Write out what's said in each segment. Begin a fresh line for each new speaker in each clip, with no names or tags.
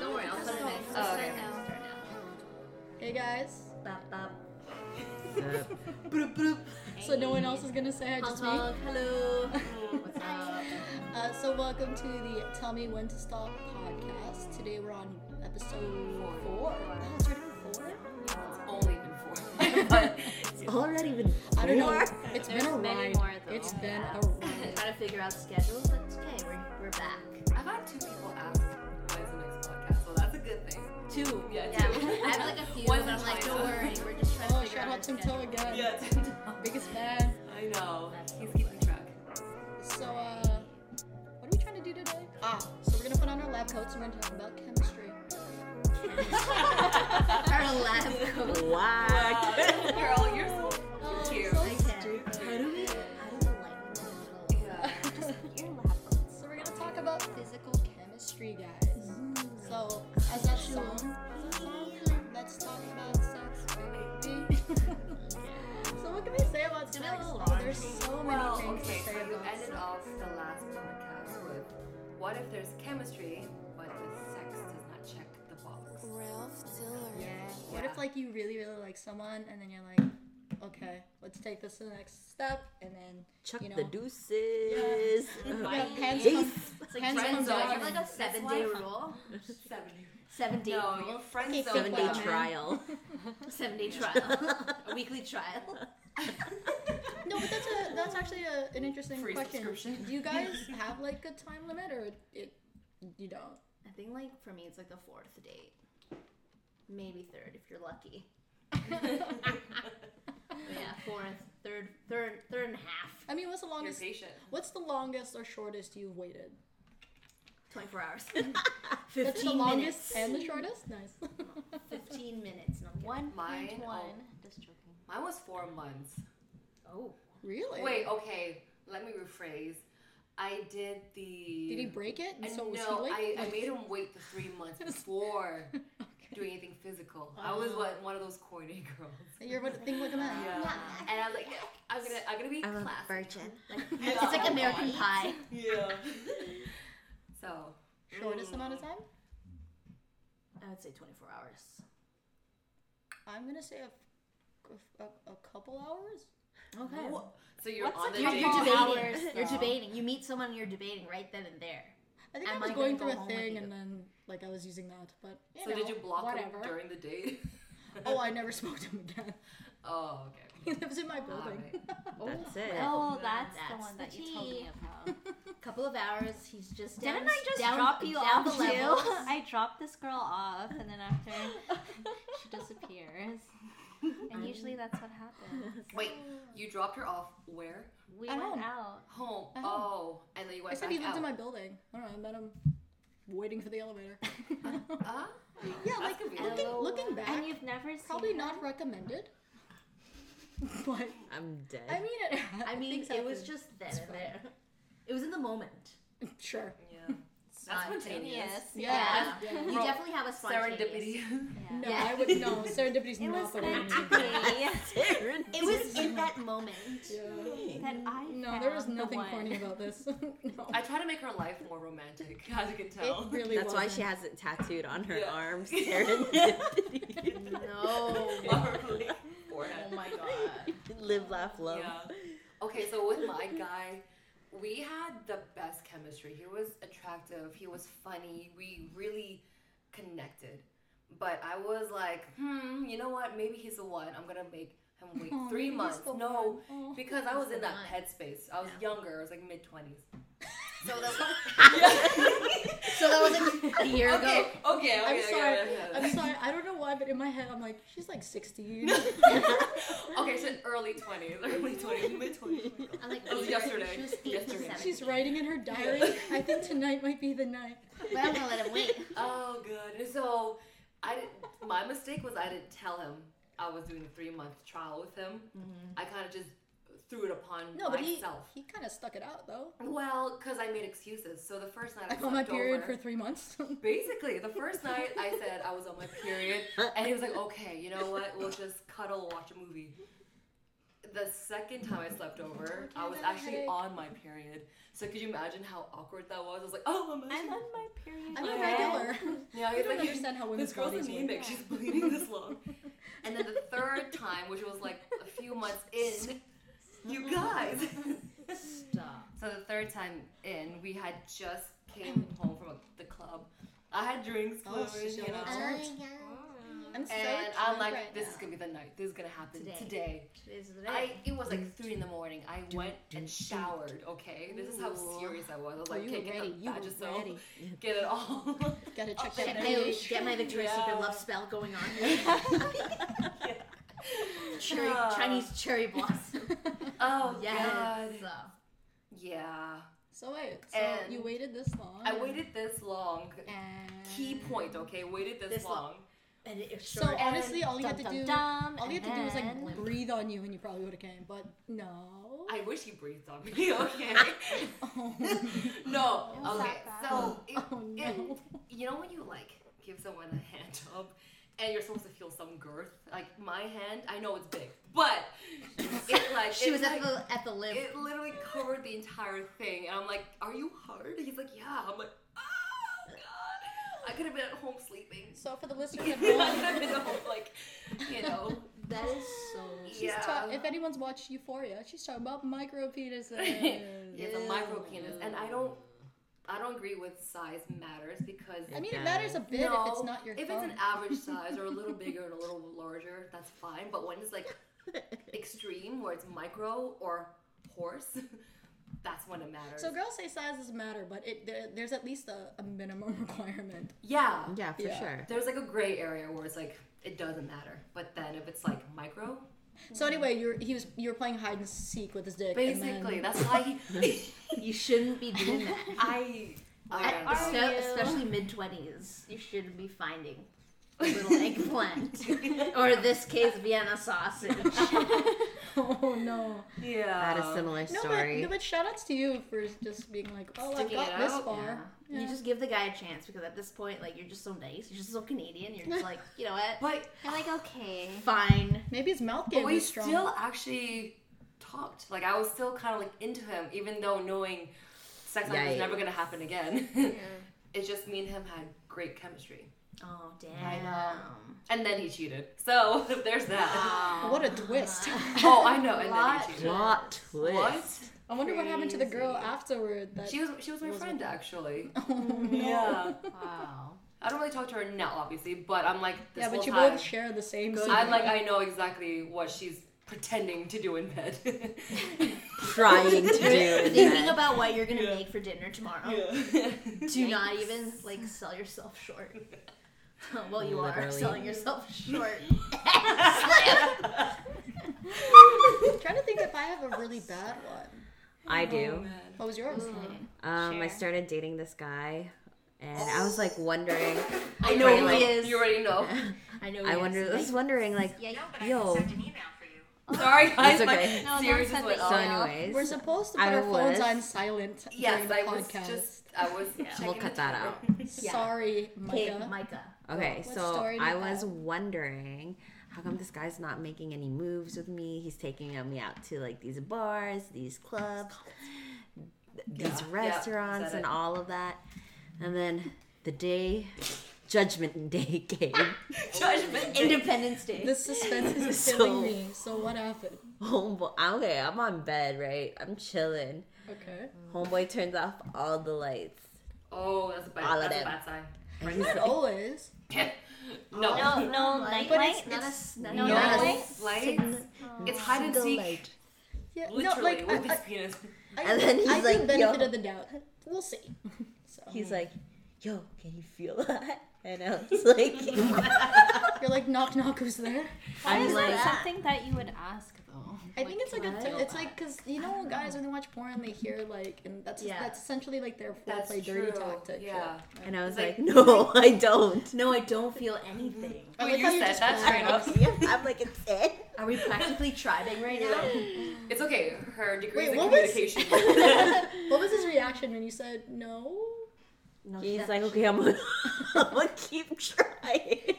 Oh, you guys.
Bop bop.
Broop, broop. So no one else is gonna say hi,
Honk,
just me.
honk, hello. What's up?
Uh, so welcome to the Tell Me When to Stop podcast. Today we're on episode four. Oh, it's right on four.
only been four. but
It's already been.
I don't know.
four.
It's
There's
been a
many
ride.
more, though.
it's been
Yeah.
a ride.
Gotta figure out schedules. but It's okay. We're, we're back.
I've had two people ask when's the next podcast, so that's a good thing. Two, yeah,
Yeah,
two.
I have like a few.
One's
and I'm like,
Eliza.
don't worry. We're just trying to
Oh,
figure
shout
out
out
a
Tim Toe
schedule.
again.
Yeah,
Biggest fan.
I know. He's keeping track.
So uh, what are we trying to do today? Ah, so we're gonna put on our lab coats and we're gonna talk about chemistry.
Our lab coat.
Wow. You're all you're so
Oh,
cute.
so
I can't.
stupid.
How do we? How do we lighten the little?
Yeah.
Your lab coat.
So we're gonna talk about physical chemistry, guys. So as that song, let's talk about sex, baby. so what can we say about
Give me
sex?
a little
Oh, there's
laundry.
so many
Well,
things
okay,
to
so
say
you
about
ended
sex.
off the last podcast with what if there's chemistry, but the sex does not check the box?
Ralph Diller.
Yeah. What if
Yeah.
like you really, really like someone and then you're like, okay, let's take this to the next step, and then
Chuck
You know.
the deuces.
yeah, hands
Jeez.
come,
It's like
hands come
friend
friends.
zone.
I
down.
have like a seven
why-
day rule.
Seven.
Seven day
No,
rule.
your friend
Okay,
zone.
Seven day
Wow.
trial.
Seven day trial. a weekly trial.
No, but that's a that's actually a, an interesting
Free
question.
subscription.
Do you guys have like a time limit or it? You don't.
I think like for me it's like the fourth date. Maybe third if you're lucky. yeah, fourth, third, third, third and a half.
I mean, what's the
You're
longest?
patient.
What's the longest or shortest you've waited?
Twenty-four hours.
That's the
Fifteen
longest
minutes.
and the shortest. Nice.
Fifteen minutes. No, one
Mine, oh,
point one. Just joking.
Mine was four months.
Oh.
really?
Wait, okay. Let me rephrase. I did the.
Did he break it? And
I
so was
no,
he late?
I, I made him wait the three months before doing anything physical. I was what, one of those corny girls.
You're what thing like that.
Yeah. And I was like, I'm gonna, I'm gonna be
I'm a
classy.
virgin.
It's like American Pie.
Yeah. so.
Shortest
mm,
amount of time?
I would say twenty-four hours.
I'm gonna say a, a, a couple hours.
Okay.
So you're
What's
on
a
the
You're,
date.
you're debating.
hours,
you're
though.
debating. You meet someone, you're debating right then and there.
I think I
Am
was
I
going
gonna
through
go
a
home with
thing
you?
and then like I was using that, but you
So
know,
did you block
whatever.
him during the date?
Oh, I never spoke to him again.
Oh, okay.
He lives in my building.
Alright.
That's it.
Oh, that's, the one that you told me about. Couple of hours, he's just down,
Didn't I just
down,
drop you
down
off
the levels.
too? I dropped this girl off, and then after she disappears. Um, And usually that's what happens.
Wait, you dropped her off where?
We
At
went
home.
out.
Home.
At home.
Oh, and then you
I
went
said
back
he lives
out.
in my building. I don't know. I met him waiting for the elevator.
Ah,
yeah,
that's
like
convenient.
looking looking back,
And you've never seen
probably
her?
not recommended. but
I'm dead.
I mean, it,
I mean,
things
it was
happen.
just then and there. It was in the moment.
sure.
Yeah.
It's
That's
not
spontaneous.
Yeah.
yeah.
You
Bro,
definitely have a spontaneous.
Serendipity.
Yeah.
No,
Yeah.
I would no. Serendipity's
It
not
was
the word.
meant to be
Serendipity.
It was in that moment.
Yeah.
that I
No, there was
found the
nothing
one.
corny about this. no.
I try to make her life more romantic, as you can tell.
It really
That's why
wasn't.
she has it tattooed on her
Yeah.
arm. Serendipity.
No.
Lovely forehead.
Oh my god.
Live, laugh, love.
Yeah. Okay, so with my guy, we had the best chemistry. He was attractive. He was funny. We really connected. But I was like, hmm, you know what? Maybe he's the one. I'm gonna make him wait
Oh, maybe
three
he's
months.
the
No,
one. Oh.
because I was
He's
in
the
that
one.
headspace. I was younger. I was like mid twenties. So that's
So that was like a year
okay,
ago.
okay, okay.
I'm
okay,
sorry.
okay, okay.
I'm sorry. I don't know why, but in my head, I'm like, she's like 16.
Okay, so early twenties, early twenties, mid twenties.
I'm like,
That was
eight-
yesterday.
She was eight
Yesterday.
to
she's
seven.
writing in her diary. I think tonight might be the night.
But I'm gonna let him wait.
Oh, good. So, I didn't- my mistake was I didn't tell him I was doing a three month trial with him. I kind of just threw it upon
Mm-hmm. No, but he
myself.
he kind of stuck it out though.
Well, because I made excuses. So the first night I
I
was
got my period
over,
for three months.
Basically, the first night I said I was on my period, and he was like, "Okay, you know what? We'll just cuddle, watch a movie." The second time I slept over, I was
Okay,
actually
headache.
on my period. So could you imagine how awkward that was? I was like, "Oh, I'm,
I'm
actually-"
on my period.
I'm a
now.
regular. I
Yeah, he's
don't
like, "You're-
understand how
This
women's
girl's
bodies work.
anemic. She's bleeding this long. And then the third time, which was like a few months in, you guys.
Stop.
So the third time in, we had just came home from the club. I had drinks
Oh,
going,
she's
you
so
know.
upset.
Mm.
I'm so
And I'm
drunk
like,
right
this
now.
is gonna be the night. This is gonna happen
Today.
today.
Today's the day.
I it was like three in the morning. I went and showered. Okay, this is how
Ooh.
serious I was. I Oh, was
Oh,
like,
you
okay,
were
get
ready.
the
You were
Vagisil,
ready.
get it all.
Gotta check
Up
that
there.
Get
page.
my- get my Victoria's
Yeah.
Secret love spell going on here. cherry,
Yeah.
Chinese cherry blossom.
Oh
yes.
god. Yeah.
So wait, so
And-
you waited this long?
I waited this long.
And
Key point. Okay, waited this,
This long.
long.
And it was
So
short.
honestly, all you had to
Dum,
do,
dum,
all you
and
had to do was
then-
like breathe on you, and you probably would have came. But no.
I wish he breathed on me. Okay.
oh,
no.
It was
Okay.
that bad.
So it,
no.
it, you know when you like give someone a hand job and you're supposed to feel some girth. Like my hand, I know it's big, but it like
she
it,
was
like,
at the at the lip.
It literally covered the entire thing, and I'm like, "Are you hard?" He's like, "Yeah." I'm like, "Oh God!" I could have been at home sleeping.
So for the listeners
I
at
could have
home,
been at home, like, you know,
that is so.
she's
yeah.
ta- if anyone's watched Euphoria, she's talking about micro penises.
yeah, the micro penis, and I don't, I don't agree with size matters because
I mean, it matters a bit
no,
if it's not your
if
phone.
it's an average size or a little bigger and a little larger, that's fine. But when it's like extreme, where it's micro or horse, that's when it matters.
so girls say sizes matter, but it there, there's at least a, a minimum requirement.
yeah,
Yeah, for
Yeah.
sure.
There's like a gray area where it's like it doesn't matter. But then if it's like micro,
So anyway, you were he was you were playing hide and seek with his dick. and then-
basically that's why he,
You shouldn't be doing that.
I I
At-
don't know.
so-
you?
especially mid twenties, you should be finding a little eggplant, or in this case, Vienna sausage.
oh no.
yeah.
That is similar
No,
story.
but no, but shout outs to you for just being like, oh, I've
Sticking
got
it
this
out,
far.
yeah. You
Yeah.
just give the guy a chance because at this point, like you're just so nice, you're just so Canadian. You're just like, you know what?
But
You're like, okay.
Fine.
Maybe his mouth
but
game
we
was strong.
still actually talked. Like I was still kind of like into him, even though knowing sex life was never gonna happen again. It's just me and him had great chemistry,
Oh damn.
I and then he cheated. So there's that.
Wow.
What a twist.
oh, I know. And then
Lot.
he cheated.
Plot twist.
What?
I wonder what happened to the girl
Crazy.
afterward. That
She was she was my
Wasn't-
friend actually.
Oh, no.
Yeah.
Wow.
I don't really talk to her now, obviously, but I'm like this
Yeah, but
whole
you
time,
both share the same.
Good.
secret.
I'm like I know exactly what she's pretending to do in bed.
Trying to do in
Thinking
bed.
about what you're gonna
Yeah.
make for dinner tomorrow. Do
do
not even like sell yourself short. well, you are
Literally.
selling yourself short.
I'm trying to think if I have a really bad one.
I do.
What was yours?
Um, I
Share.
started dating this guy, and I was like wondering.
I know who
Like,
he is.
You already know.
I know.
I wonder. I was wondering, like,
Yeah, you-
yo.
Sorry
Oh,
guys,
It's
my
okay.
No,
series
don't
is went
send
So,
off.
me- Yeah.
anyways,
We're supposed to put
I
our phones
was-
on silent during
Yes,
the
I was
podcast.
just I was checking
we'll cut
the
that
time.
out.
Yeah.
Sorry,
Hey,
Micah.
Micah.
Okay,
What
so
story did
I
you
was
have?
wondering how come this guy's not making any moves with me? He's taking me out to like these bars, these clubs, th- these
Yeah, yeah,
restaurants,
said
and
it.
all of that. And then the day, Judgment Day came.
Judgment Day.
Independence Day.
The suspense is
So-
killing me. So what happened?
Homeboy, okay, I'm on bed, right? I'm chilling.
Okay.
Homeboy turns off all the lights.
Oh, that's a bad
All of
that's a
them.
bad sign.
And he's
Not
like-
always.
No.
No, no, night
But
light.
it's-
Not
it's-
a, not
No,
a,
No
not a
lights. It's hide and
single
seek.
light.
Yeah,
Literally
no, like,
with
I,
his penis.
I,
And then he's
I give
like,
benefit
yo.
of the doubt. We'll see. So
He's like, yo, can you feel that? And I was like,
you're like, knock knock, who's there?
Why
I'm
is
like-
that something that you would ask though?
I think it's like a,
why?
t- it's like because you know guys when they watch porn they hear like and that's
Yeah.
that's essentially like their
That's
foreplay dirty
true,
talk to
yeah.
and I was
Like-
like, no, I don't.
no, I don't feel anything.
I like
Wait, Oh, you
how you
said
just
that straight
lied.
up.
Yeah, I'm like, it's it.
Are we practically tribing right now?
It's okay. Her degree
Wait,
in
what was-
communication. Oh
what was his reaction when you said no?
No,
He's
shit.
like, okay, I'm gonna, I'm gonna keep trying.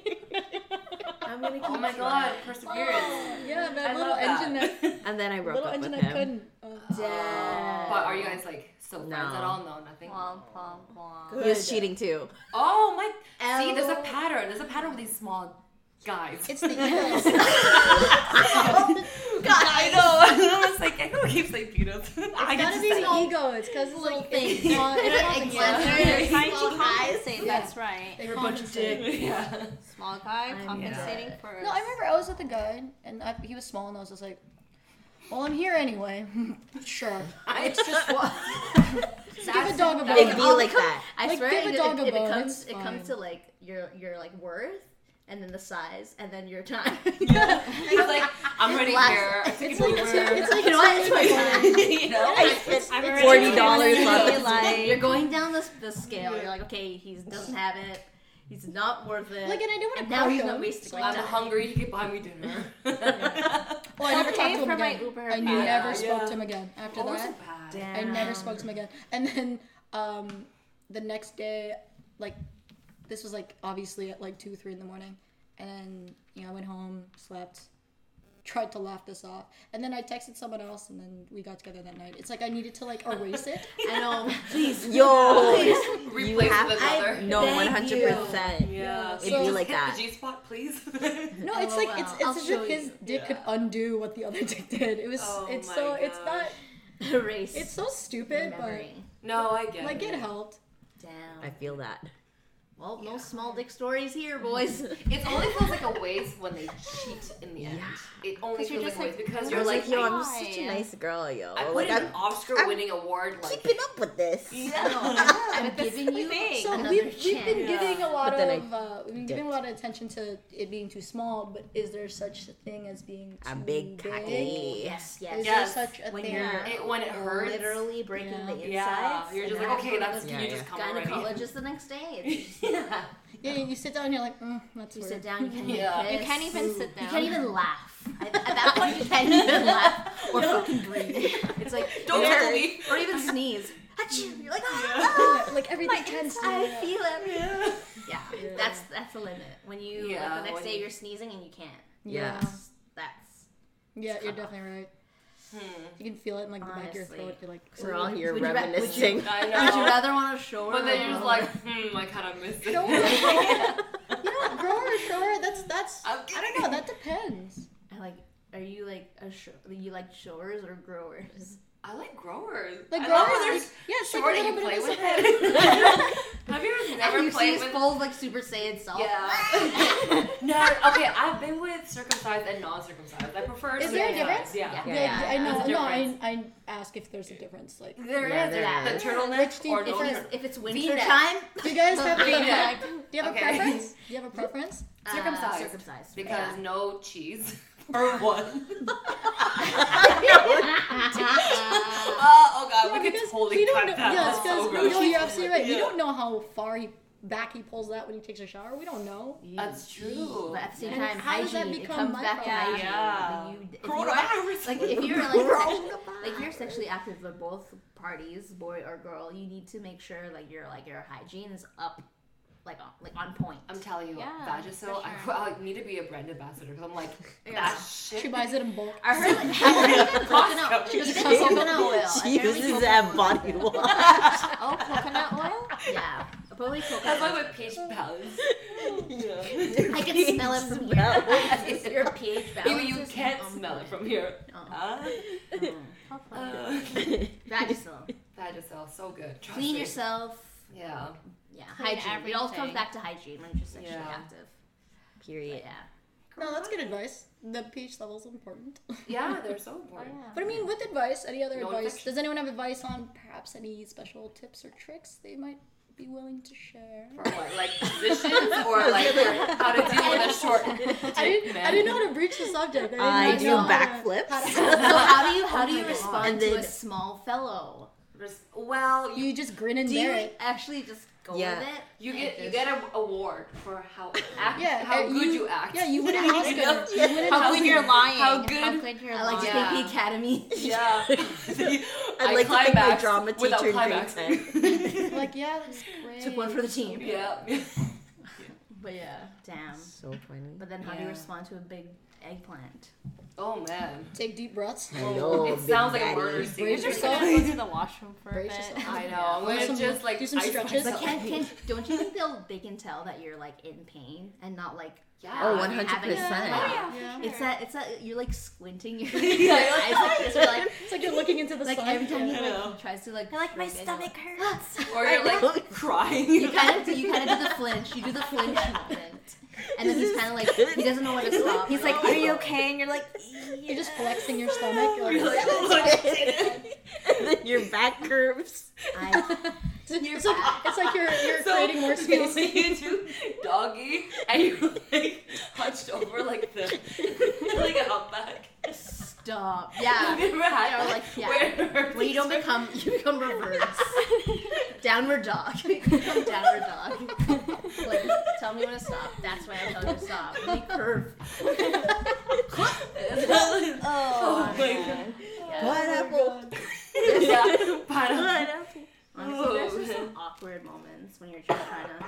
I'm gonna keep
oh my god,
trying.
perseverance.
Yeah, that
I
little
love that.
engine that,
And then I broke
little
up with
engine that
him.
couldn't. Uh,
Damn.
But are you guys like so friends
No.
at all? No, nothing.
Womp, womp, womp.
He was cheating too.
Oh my! See, there's a
Oh.
pattern. There's a pattern with these small guys.
It's the yes.
God, I know. I was like, everyone keeps saying peanuts. I
Gotta be the ego. It's because little things. It's, all- it's all the
Exactly.
yes.
They're trying to
Small guys.
compensate. That's right.
They
You're a bunch of
compensate.
dicks. Yeah.
Small guy
I'm
compensating
dead.
for.
No, I remember I was with a guy, and I, he was small, and I was just like, "Well, I'm here anyway." sure.
It's just
Give a dog a
It'd
bone.
be
I'll
like oh,
come-
that.
I
Like,
swear,
give a
it,
dog a
it, it
bone,
becomes
it's
it
fine.
comes to like your your like worth, and then the size, and then your time.
He's like, I'm ready
Last-
here. I took
It's
an
like it's like,
Uber.
it's like
You know what?
it's
It's
like-
you know?
I'm
it's
already
$40
really
on this.
like-
You're going down this the scale. You're like, okay, he doesn't have it. He's not worth it.
Like, and I don't want
and
to
now
crush
he's gonna
him.
waste my
I'm
time.
hungry. He can buy me dinner.
Well, I never
I'll
talked
pay
to him
for my
again.
Uber
I
back.
never
Yeah.
spoke
Yeah.
to him again after
Oh, we're so
that.
bad.
Damn.
I never spoke to him again. And then um, the next day, like this was like obviously at like two, three in the morning, and you know I went home, slept, tried to laugh this off, and then I texted someone else, and then we got together that night. It's like I needed to like erase it.
I know. Please.
Yo, you
Replace
have
with
I
another.
no,
Thank
one hundred percent.
Yeah.
It'd
So-
be
Just
like that.
G spot, please.
No, it's like it's
LOL.
it's as
I'll
if
show
his
you.
dick could undo what the other dick did. It was
Oh
it's
my
so it's not
gosh.
Erase.
it's so stupid,
memory.
no, I get
but like it helped.
I
Down.
feel that.
Well, no small dick stories here, boys.
It only feels like a waste when they cheat in the end. It only
'Cause you're
feels like a waste
just like,
because
"Oh
you're
You're
like,
like, yo, I'm
I-
such a nice girl, yo.
I put
Like
in an
I'm
Oscar-winning award. Like,
keeping up with this.
I'm giving you
thing.
So
another
we've, we've
chance.
been giving a lot
But then I
of uh, we've been giving a lot of attention to it being too small, but is there such a thing as being too
A big
big?
cocky.
Yes,
Is
yes.
Yes.
there such a
When
thing?
you're
it, when it hurts.
literally breaking
Yeah.
the insides.
yeah, you're just
and
like,
then
okay,
I
that's
go
can
Yeah,
you just
yeah.
come
to the
already?
gynecologist the next day. It's-
yeah.
Yeah, you sit down and you're like, mm, that's
You
weird.
sit down, you can't even
Yeah.
You
piss.
can't even sit down.
You can't even laugh. At, at that point, you can't even laugh or fucking breathe. It's like
Don't
or-
tell me.
or even sneeze. Achoo! You're like, ah,
Yeah, like everything tensed.
I
yeah.
feel everything. Yeah, that's that's the limit. When you
Yeah,
like the next
when
day
you-
you're sneezing and you can't.
Yeah,
Yeah.
That's
yeah, you're definitely right.
Hmm.
You can feel it in like the back of your
Honestly.
throat. You're like,
We're all here
Would you ra- would you-
reminiscing.
I
Would you
know.
rather want to show her?
But then
or
you're just
not?
like, hmm, I kind of missed
No,
it.
you know, grower, shower. That's that's.
I'm
I don't know. That depends.
I like. Are you like a sh- you like showers or growers?
I like growers.
Like
I
growers,
love when
like,
they're
yeah, it's like a
short and
little bit
you play
of a
with
surprise.
it. Have you ever
And
never
you see
played
his
with?
full like Super Saiyan self.
Yeah. no. Okay, I've been with circumcised and non-circumcised. I prefer.
Is there a
circumcised,
difference?
Yeah.
Yeah.
Yeah,
Yeah,
I know.
there's a
No, I,
difference.
I ask if there's a difference. Like, do
There
Yeah,
is
there
that.
is.
The turtleneck
Which do you
or no
prefer?
turtleneck?
If it's winter
V-neck.
time,
you guys have a, do
Green egg.
you have a
Okay.
preference? Do you have a preference?
uh,
Circumcised.
circumcised.
Because no cheese for one.
Yeah.
oh, oh god,
Yeah,
we could
because
totally
we don't
cut
know.
that.
Yeah, it's
That's so
'cause-
gross.
no, you're absolutely right. We
Yeah.
don't know how far he back he pulls that when he takes a shower. We don't know.
That's true.
But at the same
And
time,
how does that
hygiene. It
become
comes back to
micro-
hygiene.
Yeah.
Like, you- if you are-
Coronavirus.
like if you're like like you're sexually active with both parties, boy or girl, you need to make sure like your like your hygiene is up, like on like on point.
I'm telling you,
Yeah,
Vagisil,
for
I, I need to be a brand ambassador because I'm like,
Yeah.
that shit.
She buys it in bulk.
I heard like, I heard even
Costco.
coconut, even coconut oil.
She
Apparently
uses
coconut-
that body wash.
Oh, coconut oil.
Yeah, probably
That's
coconut.
why
oil.
with peach palace.
I can smell it from here. It's your pH balance.
You, you
is
can't
on
smell
point.
it from here.
Uh-uh.
Uh,
How fun.
uh,
Mm-hmm. Vagisil.
Vagisil, so good. Trust
Clean
me.
yourself.
Yeah.
Yeah,
Clean
hygiene. It all comes
everything.
back to hygiene when you're sexually
Yeah.
active. But
Period.
yeah.
No, that's good advice. The pH level's important.
Yeah, they're so
Oh,
important.
yeah.
But I mean, with advice, any other
No
advice?
infection.
Does anyone have advice on perhaps any special tips or tricks they might be willing to share?
For what, like positions or like how to deal with a short
I didn't, I didn't know how to breach the subject. I,
I
didn't
do
know how to- uh,
backflips.
how to-
So how do you how
Oh
do
my
you
God.
respond
And
to a
then-
small fellow?
Res- Well, you
you just grin and
Do you
bear it.
actually just go
Yeah.
with it?
you
and
get you
just-
get an award for how act,
Yeah,
how
uh,
good you,
you-
act.
Yeah, you win an Oscar. You win an
How
Oscar.
good you're lying.
How good-
How good you're
I like to
lying.
think
Yeah.
the academy.
Yeah.
I'd
I
like to think my
climaxed
drama
without
teacher in grade
climaxing.
10.
Like, yeah, that's great.
Took one for the team.
Yeah.
But yeah. Damn.
So funny.
But then how do you
Yeah.
respond to a big eggplant?
Oh man.
Take deep breaths.
Hello,
it
Big
sounds like a
Oh, Daddy.
murder scene.
Brace
You're just
yourself.
gonna go to the washroom for a
Brace
bit. Oh,
yourself.
I know. I'm gonna
some-
just like
do some
ice
stretches.
But
myself.
can, can don't you think they'll they can tell that you're like in pain and not like
Yeah.
Oh,
having-
100%.
having-
Yeah.
like,
Oh, yeah, for
Yeah.
sure.
It's that it's that you're like squinting your your eyes like this. You're like
It's like you're looking into the
like
sun.
every time
Yeah.
he like he tries to like
You're like my
shrug it,
stomach hurts.
Or you're like
crying.
You kind of do, you kind of do the flinch. You do the flinch moment, and then he's kind of like he doesn't know when to stop.
He's like, "Are you okay?" And you're like,
You're just flexing your stomach. You're like,
and then your back curves.
I,
it's, like, it's like you're, you're
so
creating more
you
space.
lean into doggy and you like hunched over like this, like an outback.
stop.
Have
Yeah,
you ever had
Yeah,
that?
like, yeah.
Where,
when you don't become you become reverse downward dog. You become downward dog. Like, tell me when to stop. That's why I'm telling you to stop. Let me curve.
oh,
"Oh,
my
man."
god.
Pineapple.
Yeah, pineapple.
Honestly, there's just some awkward moments when you're just trying to.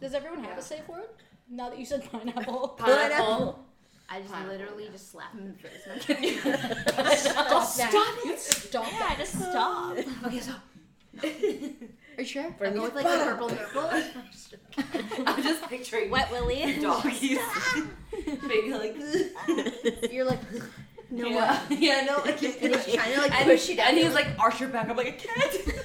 Does everyone have a safe word? Now that you said pineapple.
Pineapple.
I just
Pineapple,
literally
yeah.
just slap him in the face. No, I'm kidding.
Stop that. You Stop
Yeah,
that.
I just stop.
okay, so
Are you sure?
I go with like the purple nurple.
I'm just picturing
Wet Willie.
doggies being like,
You're like, no uh, way.
yeah, yeah, no, I can't.
And he's trying to like
And,
push you down.
and he's like, arch your back. I'm like, I can't.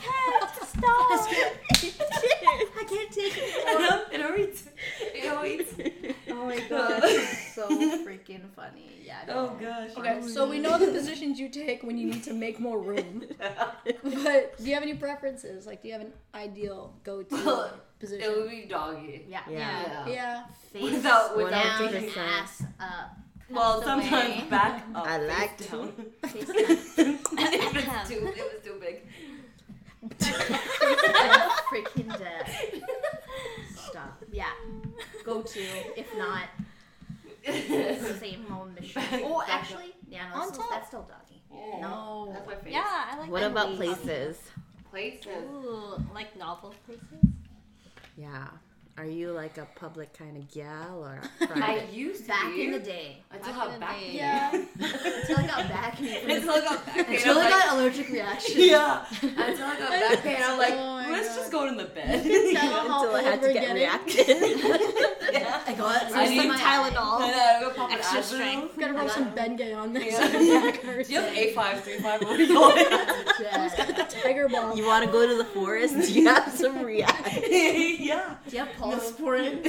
Stop.
I can't take it.
And I'm- it hurts. It hurts.
Oh my god, it's so freaking funny. Yeah.
Uh, Oh
No.
gosh.
Okay, so we know the positions you take when you need to make more room. But do you have any preferences? Like, do you have an ideal go-to
It would
position?
be uh, doggy.
Yeah.
Yeah.
Yeah.
Face
Without- without
down,
taking-
ass up.
Well,
That's the way.
sometimes back up.
I like
face
to.
down.
Face
and
down.
if it's too, if it's too big.
I'm freaking dead. Stop. Yeah. Go to. If not, it's the same home mission.
Back-
Oh,
back up.
actually, yeah, no,
On
that's, still,
top.
that's still doggy. No.
That's my favorite.
Yeah, I like.
What
that
about
place.
places?
Places.
Ooh, like novel places.
Yeah. Are you like a public kind of gal or
I
private?
used to
Back
be.
in the day.
Until I
Back in
got
the
back.
day.
pain.
Yeah.
Until I got back and
Until I got back. pain,
Until I
I'm like,
got allergic reaction.
yeah. Until I got back pain, I'm like,
Oh my
let's
God.
just go in the bed.
Tell how
Until I had
old
to
we're
get
getting.
reacted.
yeah.
I got
I
some
need
of my-
I
Tylenol.
know, I'm gonna pop an
Extra
Advil.
strength.
Gotta rub some Bengay on there.
Yeah.
so your back hurts.
Do you have A five three five? What are you going?
Who's got the tiger ball?
you want to go to the forest? Do you have some react?
yeah.
Do you have pulse for it?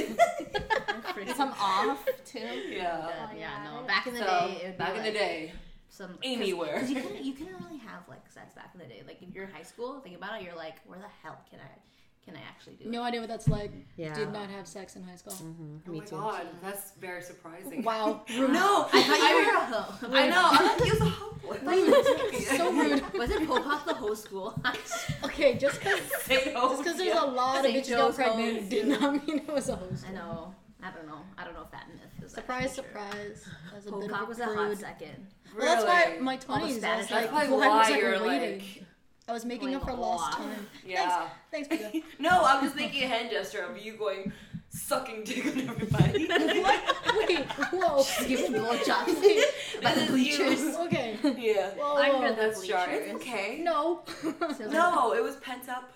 Some off too.
Yeah.
yeah, no. Back in the day, it
So
would
back
be
in
like
the day,
some 'cause-
anywhere.
'cause You couldn't, you couldn't really have like sex back in the day. Like if you're in high school, think about it. You're like, where the hell can I, can I actually do? it?
No idea what that's like.
Yeah.
Did not have sex in high school.
Mhm,
Oh
Me
my
too.
god, that's very surprising.
Wow.
No,
I thought you
I-
were a hoe.
I know. I'm like, he was a hot boy. Mm-hmm.
so rude.
Was it Popop the whole school? I
Okay, just because
Say oh, no.
because there's a lot of
Say
bitches got
Joe's
pregnant
hoes,
did not mean it was a host.
know. I don't know. I don't know if that myth is
Surprise,
actually true.
surprise. That was a bit of
Popop
a
Oh, was a hot
prude.
second.
Well, that's why my
All the
twenties. I
Spanish
was
That's
like,
probably
why was
why
I
you're
waiting?
like.
I was making up for
Going
lost
off.
time.
Yeah.
Thanks, Becca.
no, I'm just making a hand gesture of you going sucking dick on everybody.
what? Wait, whoa.
Giving blowjobs
Wait,
by the bleachers.
okay.
yeah.
Whoa,
Under
whoa.
the
Oh, That's sharp. It's
bleachers.
okay.
No.
So it's like,
No, it was pent up.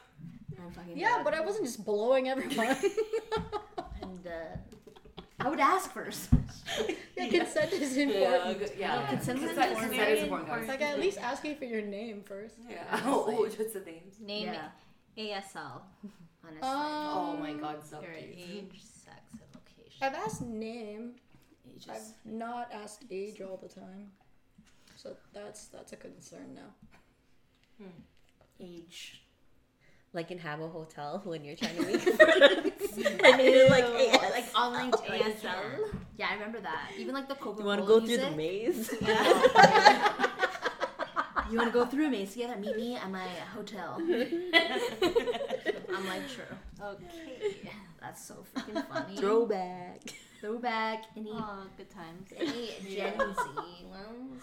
I'm fucking
yeah,
dead.
but I wasn't just blowing everyone.
And, uh, I would ask first.
Your consent is
Yeah,
important.
good- yeah.
Consent is
Consent
important.
very important, guys.
Like, at least ask me for your name first.
Yeah. Oh, oh, just the names.
Name
Yeah.
ASL.
Honestly.
Oh
Um,
my god, so
Your
cute.
age, sex, and location.
I've asked name.
You just-
I've not asked age all the time. So that's that's a concern now.
age.
Like in Habbo Hotel when you're trying to make friends. and you're like,
Ew.
"Yes."
like online to
ASL.
ASL. Oh, Yeah, I remember that. Even like the Coca
you
Cola.
want to go through the
music.
maze?
You want to go through a maze together? Meet me at my hotel. I'm like, sure.
Okay.
That's so freaking funny.
Throwback.
Throwback. Any,
Oh, good times.
any Gen Z ones?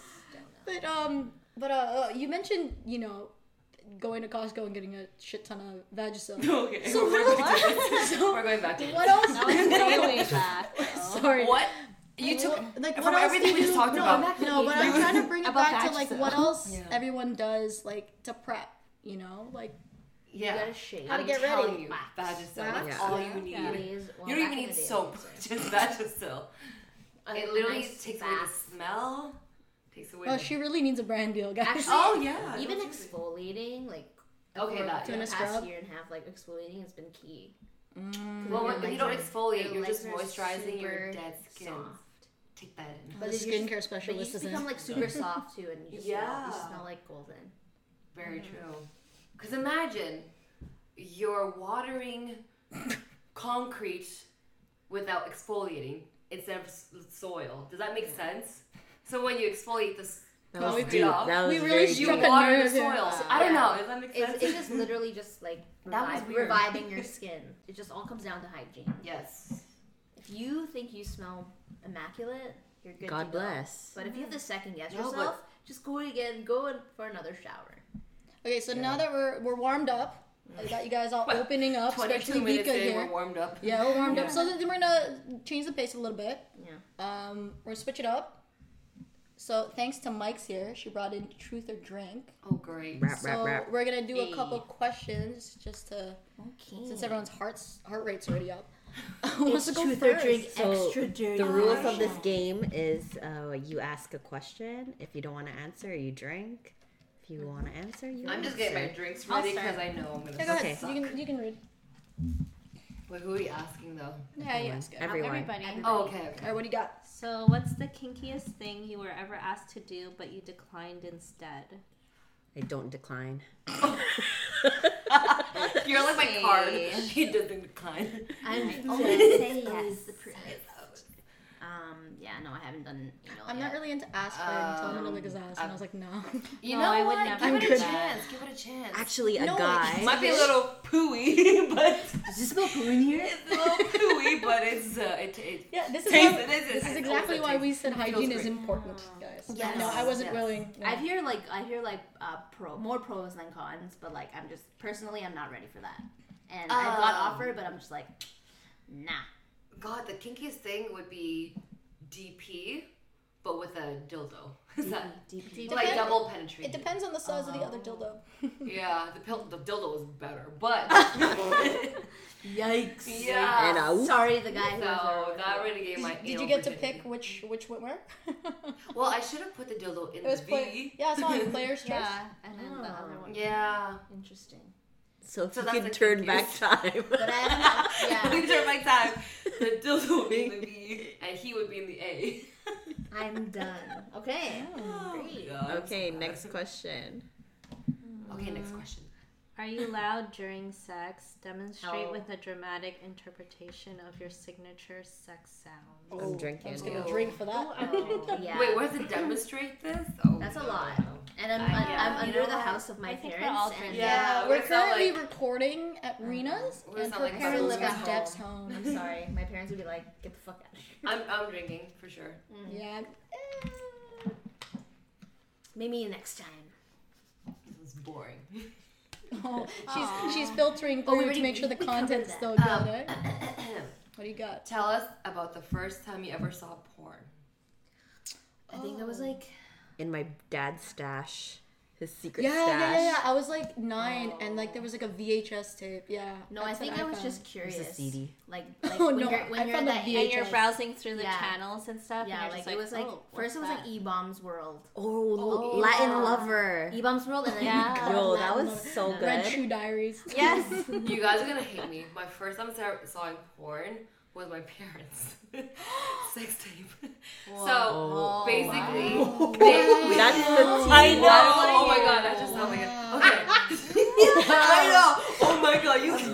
But um, but uh, uh, you mentioned you know going to Costco and getting a shit ton of Vagisil.
Okay.
So
we're,
what?
going to do
so
we're going back to
what else?
That was way, way back. though.
Sorry.
What You took
like
from
what else
everything
do
we just
you-
talked
no,
about.
I'm not- No, but I'm trying to bring it
About
back to
facts,
like
though.
what else
Yeah.
everyone does like to prep. You know, like
You
yeah.
gotta shave.
How to get
telling
ready.
you,
Wax.
Wax,
Vagisil. That's
yeah.
all you need.
Yeah.
Days- well,
you don't
back
even
in
need
the day,
soap,
it was
just Vagisil.
a-
It
a
literally
nice
takes away
bath.
the smell. Takes away.
oh,
the...
she really needs a brand deal, guys.
Actually,
Oh yeah.
Even
don't you-
exfoliating, like
Okay,
for
that,
the
Doing a
past
scrub?
year and a half, like exfoliating has been key.
Mm.
Well,
Your
when- if you
legs
don't
are-
exfoliate,
your
you're just
legs are
moisturizing your
super
dead skin.
soft.
Take that in.
But
But
the
if you're-
skincare
But you
specialist
just
isn't.
become like super soft too, and you just smell,
Yeah.
you smell like golden.
Very true. Because imagine you're watering concrete without exfoliating instead of s- soil. Does that make sense? So when you exfoliate this,
That
No, we-
was deep.
yeah.
That was
We really
very
should-
you
deep.
Struck a
water the
nerve,
soil.
yeah.
I don't
Yeah.
know. Does that make sense?
It's, it's just literally just like
That was
revive-
weird.
reviving your skin. It just all comes down to hygiene.
yes.
If you think you smell immaculate, you're good.
God
to
bless.
Go. But if you have to second guess
No, but-
yourself, just go again. Go in for another shower.
Okay, so now that we're we're warmed up, I got you guys all opening up,
Twenty-two
especially Vika
minutes in, we're
here.
warmed up.
Yeah, we're warmed up.
Yeah.
So then we're gonna change the pace a little bit.
Yeah.
Um, we're gonna switch it up. So thanks to Mike's here, she brought in truth or drink.
Oh great.
Rap,
so
rap, rap.
we're gonna do a
Hey.
couple questions just to
Okay.
since everyone's hearts heart rate's already up. Who wants to go
truth or
first?
drink
So,
extra dirty.
The rules of this game is uh, you ask a question. If you don't want to answer, you drink. If you want to answer, you
I'm just
answer.
getting my drinks
I'll
ready because
start.
I know I'm gonna.
Yeah, go
Okay.
ahead.
suck.
You can you can read.
But who are you asking though?
Yeah, you ask it.
Every- Everyone.
Everybody.
Oh okay. okay.
All right, what do you got?
So, what's the kinkiest thing you were ever asked to do but you declined instead?
I don't decline.
You're like my card.
Hey.
He doesn't decline.
I'm
Oh,
always
yes.
say yes. The prince. Um. Yeah. No, I haven't done. You know,
I'm not really into aspirin. told him to lick his ass, and I was like, no.
You
No,
know
I would
what?
never
Give
do
it a
that.
chance. Give it a chance.
Actually, a
No,
guy.
it's-
Might be a little pooey, but
Does this smell poo in here?
it's a little pooey, but it's uh, it, it
yeah, this is
tastes.
how-
It is.
this is exactly why we said hygiene is important, guys.
Yes.
No, I wasn't
Yes.
willing. No.
I hear like I hear like uh, pro more pros than cons, but like I'm just personally I'm not ready for that. And I got
Um.
offered, but I'm just like, nah.
God, the kinkiest thing would be DP, but with a dildo. Is that
DP.
like
Depend-
double
Mm-hmm. it
penetrated?
depends on the size of the other dildo.
Yeah, the pill, the dildo is better, but
Yikes.
yeah.
And a
Sorry, the guy who was
So
there.
that really gave my.
Did, did
anal
you get to
virginity.
pick which which went where?
Well, I should have put the dildo in
it was
the
play.
V.
Yeah, it's on player's choice.
and then the other one.
Yeah.
interesting.
So if
So
you
that's
could
the
turn back time.
But I haven't. yeah,
These are my time. The dildo would be in the V, and he would be in the A.
I'm done. Okay. Oh, Great.
Oh, God.
okay, next question.
Okay, next question.
Are you loud during sex? Demonstrate
Oh.
with a dramatic interpretation of your signature sex sound.
I'm drinking.
I'm just gonna
Oh.
drink for that.
Oh, yeah.
Wait, what does it demonstrate this? Oh,
That's a
no,
lot.
no, no.
And I'm,
Uh,
I'm,
yeah.
I'm
You
under
know
the
what?
house of my
I think
parents.
we're all
and
drinking.
Yeah,
we're
it's not
currently
like-
recording at Rena's
We're
and
not like
preparing to
bubbles
live at
at
Deb's
I'm
home.
sorry. My parents would be like, "Get the fuck out of here."
I'm, I'm drinking for sure.
yeah.
Maybe next time.
This is boring.
Oh,
Aw.
she's she's filtering through to
already-
make sure the
we covered
content's
that.
still good.
Um,
eh? What do you got?
Tell us about the first time you ever saw porn.
I think I was
Oh.
like
In my dad's stash, his secret
Yeah,
stash.
yeah, yeah, yeah. I was like nine, and like
Oh.
there was like a VHS tape. Yeah.
No, I
that's what
think I, was
found.
just
There's
curious.
a CD.
Like, like
Oh,
when
no,
you're when
I
you're
found a
that
V-
And you're
VHS.
browsing through the
Yeah.
channels and stuff.
yeah,
and you're
like,
just
it was like
oh,
first it was
what's
like E Bomb's World,
Oh,
Oh,
Latin
yeah.
lover.
E Bomb's World, and then
Yeah.
God,
Yo, that
Latin
was
lover.
so good.
Red Shoe Diaries.
that? yes.
You guys are gonna hate me. My first time I saw porn was my parents' sex tape. So
Whoa.
basically,
Okay,
they-
that's the
I
tea.
know. Oh my god, that just sounds like a, okay. I know. Oh my god, you guys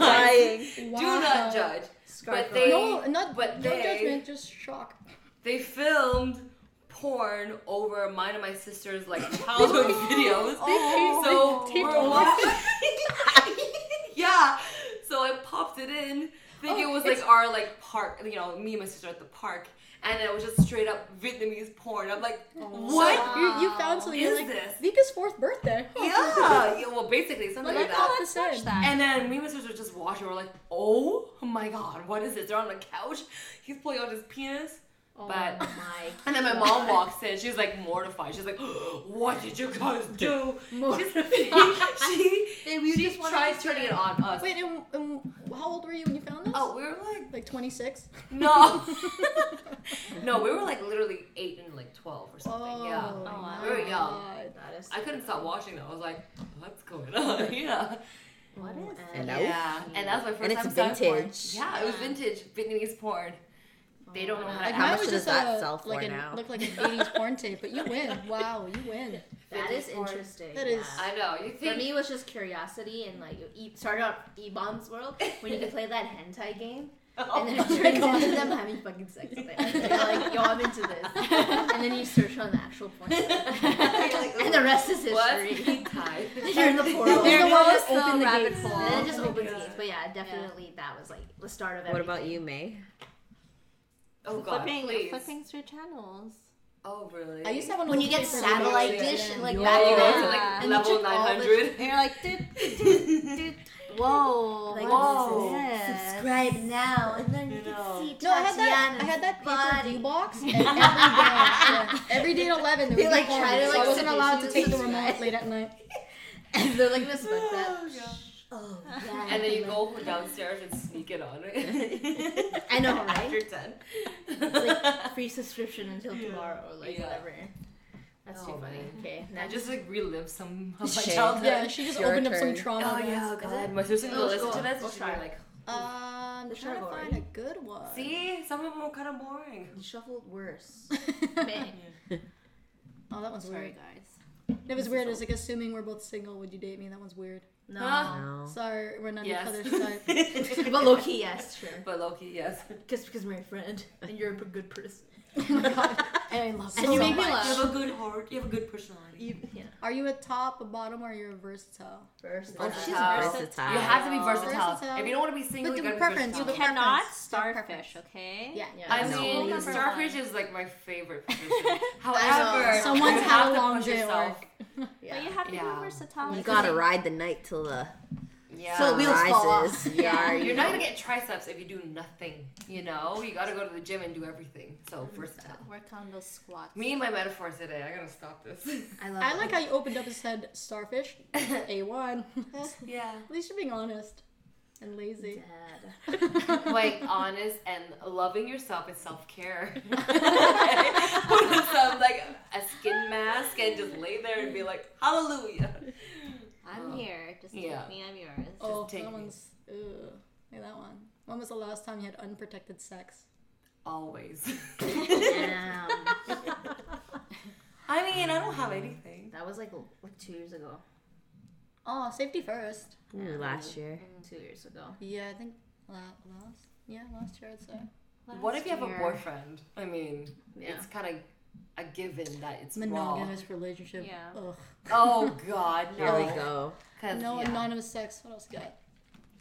Dying.
Wow.
do not judge. But they
No, not
but
no
they-
judgment, just shock.
they filmed porn over mine and my sister's like childhood videos. so
Oh, taped
we're
over.
watching. yeah. So I popped it in, thinking
Oh,
it was like our like park, you know, me and my sister at the park, and it was just straight up Vietnamese porn. I'm like, what?
Oh, You, you found something. You're
is
like
this?
Vika's fourth birthday.
Yeah. yeah. Well, basically something
Like,
like
I thought
that.
the same.
that.
And then me and my sister just watch it. We're like, oh my god, what is this? They're on the couch. He's pulling out his penis. But
my
and then my mom walks in. She's like mortified. She's like, "What did you guys do?" she
we
she
just wanted
tries
to
turning
say-
it on us.
Wait, and, and how old were you when you found this?
Oh, we were like
like 26. Oh.
no, no, we were like literally eight and like twelve or something. Yeah,
Oh,
Oh, wow.
my
Very young.
God.
That is
I couldn't stop watching it. I was like, "What's going on?" Yeah,
What is
And
that?
Nope.
yeah, and that's my first
And it's
time seeing porn.
vintage.
Yeah, it was
Yeah.
vintage Vietnamese porn. They don't know how
Like
to
How
mine
much
act.
was
does
just
that
a,
sell for
like an,
now?
Looked like an 80s porn tape, but you win. Wow, you win.
That is
Vintage porn.
interesting.
That is-
yeah.
I know. You think
For me, it was just curiosity and like e- started out e bombs world when you could play that hentai game.
Oh
And then it turns into them having fucking sex with it. And you're like, yo, I'm into this. And then you search on the actual porn. and the rest is
What's
history.
me tied?
You're in the portal.
They're
and
the
There
one that
goes the
opened the
rabbit
gates.
hole.
then it just
Oh my
opens
God.
gates. But yeah, definitely that was like the start of it.
What about you, May?
Oh god,
flipping,
please.
flipping through channels.
Oh really?
I used to have one
When
of
you
those
get
paper
satellite
bags.
dish, like
Oh,
back then,
you go to
Yeah.
like
and you
level
took all the-
900.
And you're like, dude, dude, dude. Whoa,
Like,
Oh,
whoa.
Subscribe now, and then you,
You
can
know.
see
No, I had that. I
Tatiana's
had that pay per
body.
view box, and every day, yeah, every day at eleven, there
They,
was no
like,
porn,
try to,
so
like,
I wasn't
seduce
allowed
you
to
to
take the
subscribe.
remote late at night.
And they're like this, like that. Oh, yeah.
And then you go downstairs and sneak it on it.
I know, right?
After 10.
It's like free subscription until tomorrow, or like
Yeah.
whatever. That's too
Oh,
funny.
man.
Okay,
I
now
just like relive some of my
Shame.
childhood.
Yeah, she just
Your
opened up some
turn.
trauma.
Oh yeah,
guys.
God. My sister's gonna
Oh,
listen
cool.
to this.
We'll
and she'll
try
be
it.
like,
Um,
The
trying to
sugar.
find a good one.
see, some of them were kind of boring.
you shuffled worse.
oh, that one's
Sorry,
weird.
guys.
It was weird. It was like assuming we're both single. Would you date me? That one's weird.
No.
Huh?
No.
Sorry, we're not
Yes.
each other's type.
but low key, yes, sure.
But Loki, yes.
Just because we're a friend and you're a good person.
and I love
And you
so much.
make me
You
laugh.
have a good heart. You have a good personality.
You, yeah.
Are you a top, a bottom, or you're a versatile?
First. uh,
Oh,
Versatile.
she's
Versatile.
versatile.
You have to be versatile.
Versatile.
If you don't want to be single,
But
you
the
gotta
preference,
be
you
versatile.
preference.
Cannot
preference.
starfish, okay?
Yeah.
Yeah.
I
No.
mean,
Rule number
starfish
one.
is like my favorite position. However,
Someone's
you
had
have
a
to
long
push
day at
yourself.
work.
But you have to
Yeah.
be versatile.
You gotta ride the night till the
Yeah.
So we- Wheels fall
rises. Yeah,
You're
you
not
know.
gonna get triceps if you do nothing. You know, you gotta go to the gym and do everything. So versatile.
work on those squats.
Me and my metaphors today. I gotta stop this.
I love
I like how you opened up and said starfish. A one. At
yeah.
least you're being honest and lazy.
Dad.
Like honest and loving yourself is self care. Put on some like a skin mask and just lay there and be like, Hallelujah.
I'm here. Just
Yeah.
take me. I'm yours.
Oh,
take
that
me.
one's. Ugh. Look at that one. When was the last time you had unprotected sex?
Always.
Damn.
I mean, I don't have anything.
That was like, l- like two years ago.
Oh, safety first.
Ooh, last year.
Mm.
Two years ago.
Yeah, I think la- last. Yeah, last year I'd say.
What if you have a
Last year.
boyfriend? I mean,
Yeah.
it's kind of a given that it's wrong.
Monogamous relationship.
Yeah.
Ugh.
Oh God, no.
Here we go.
'Cause,
No
yeah.
anonymous sex. What else you got?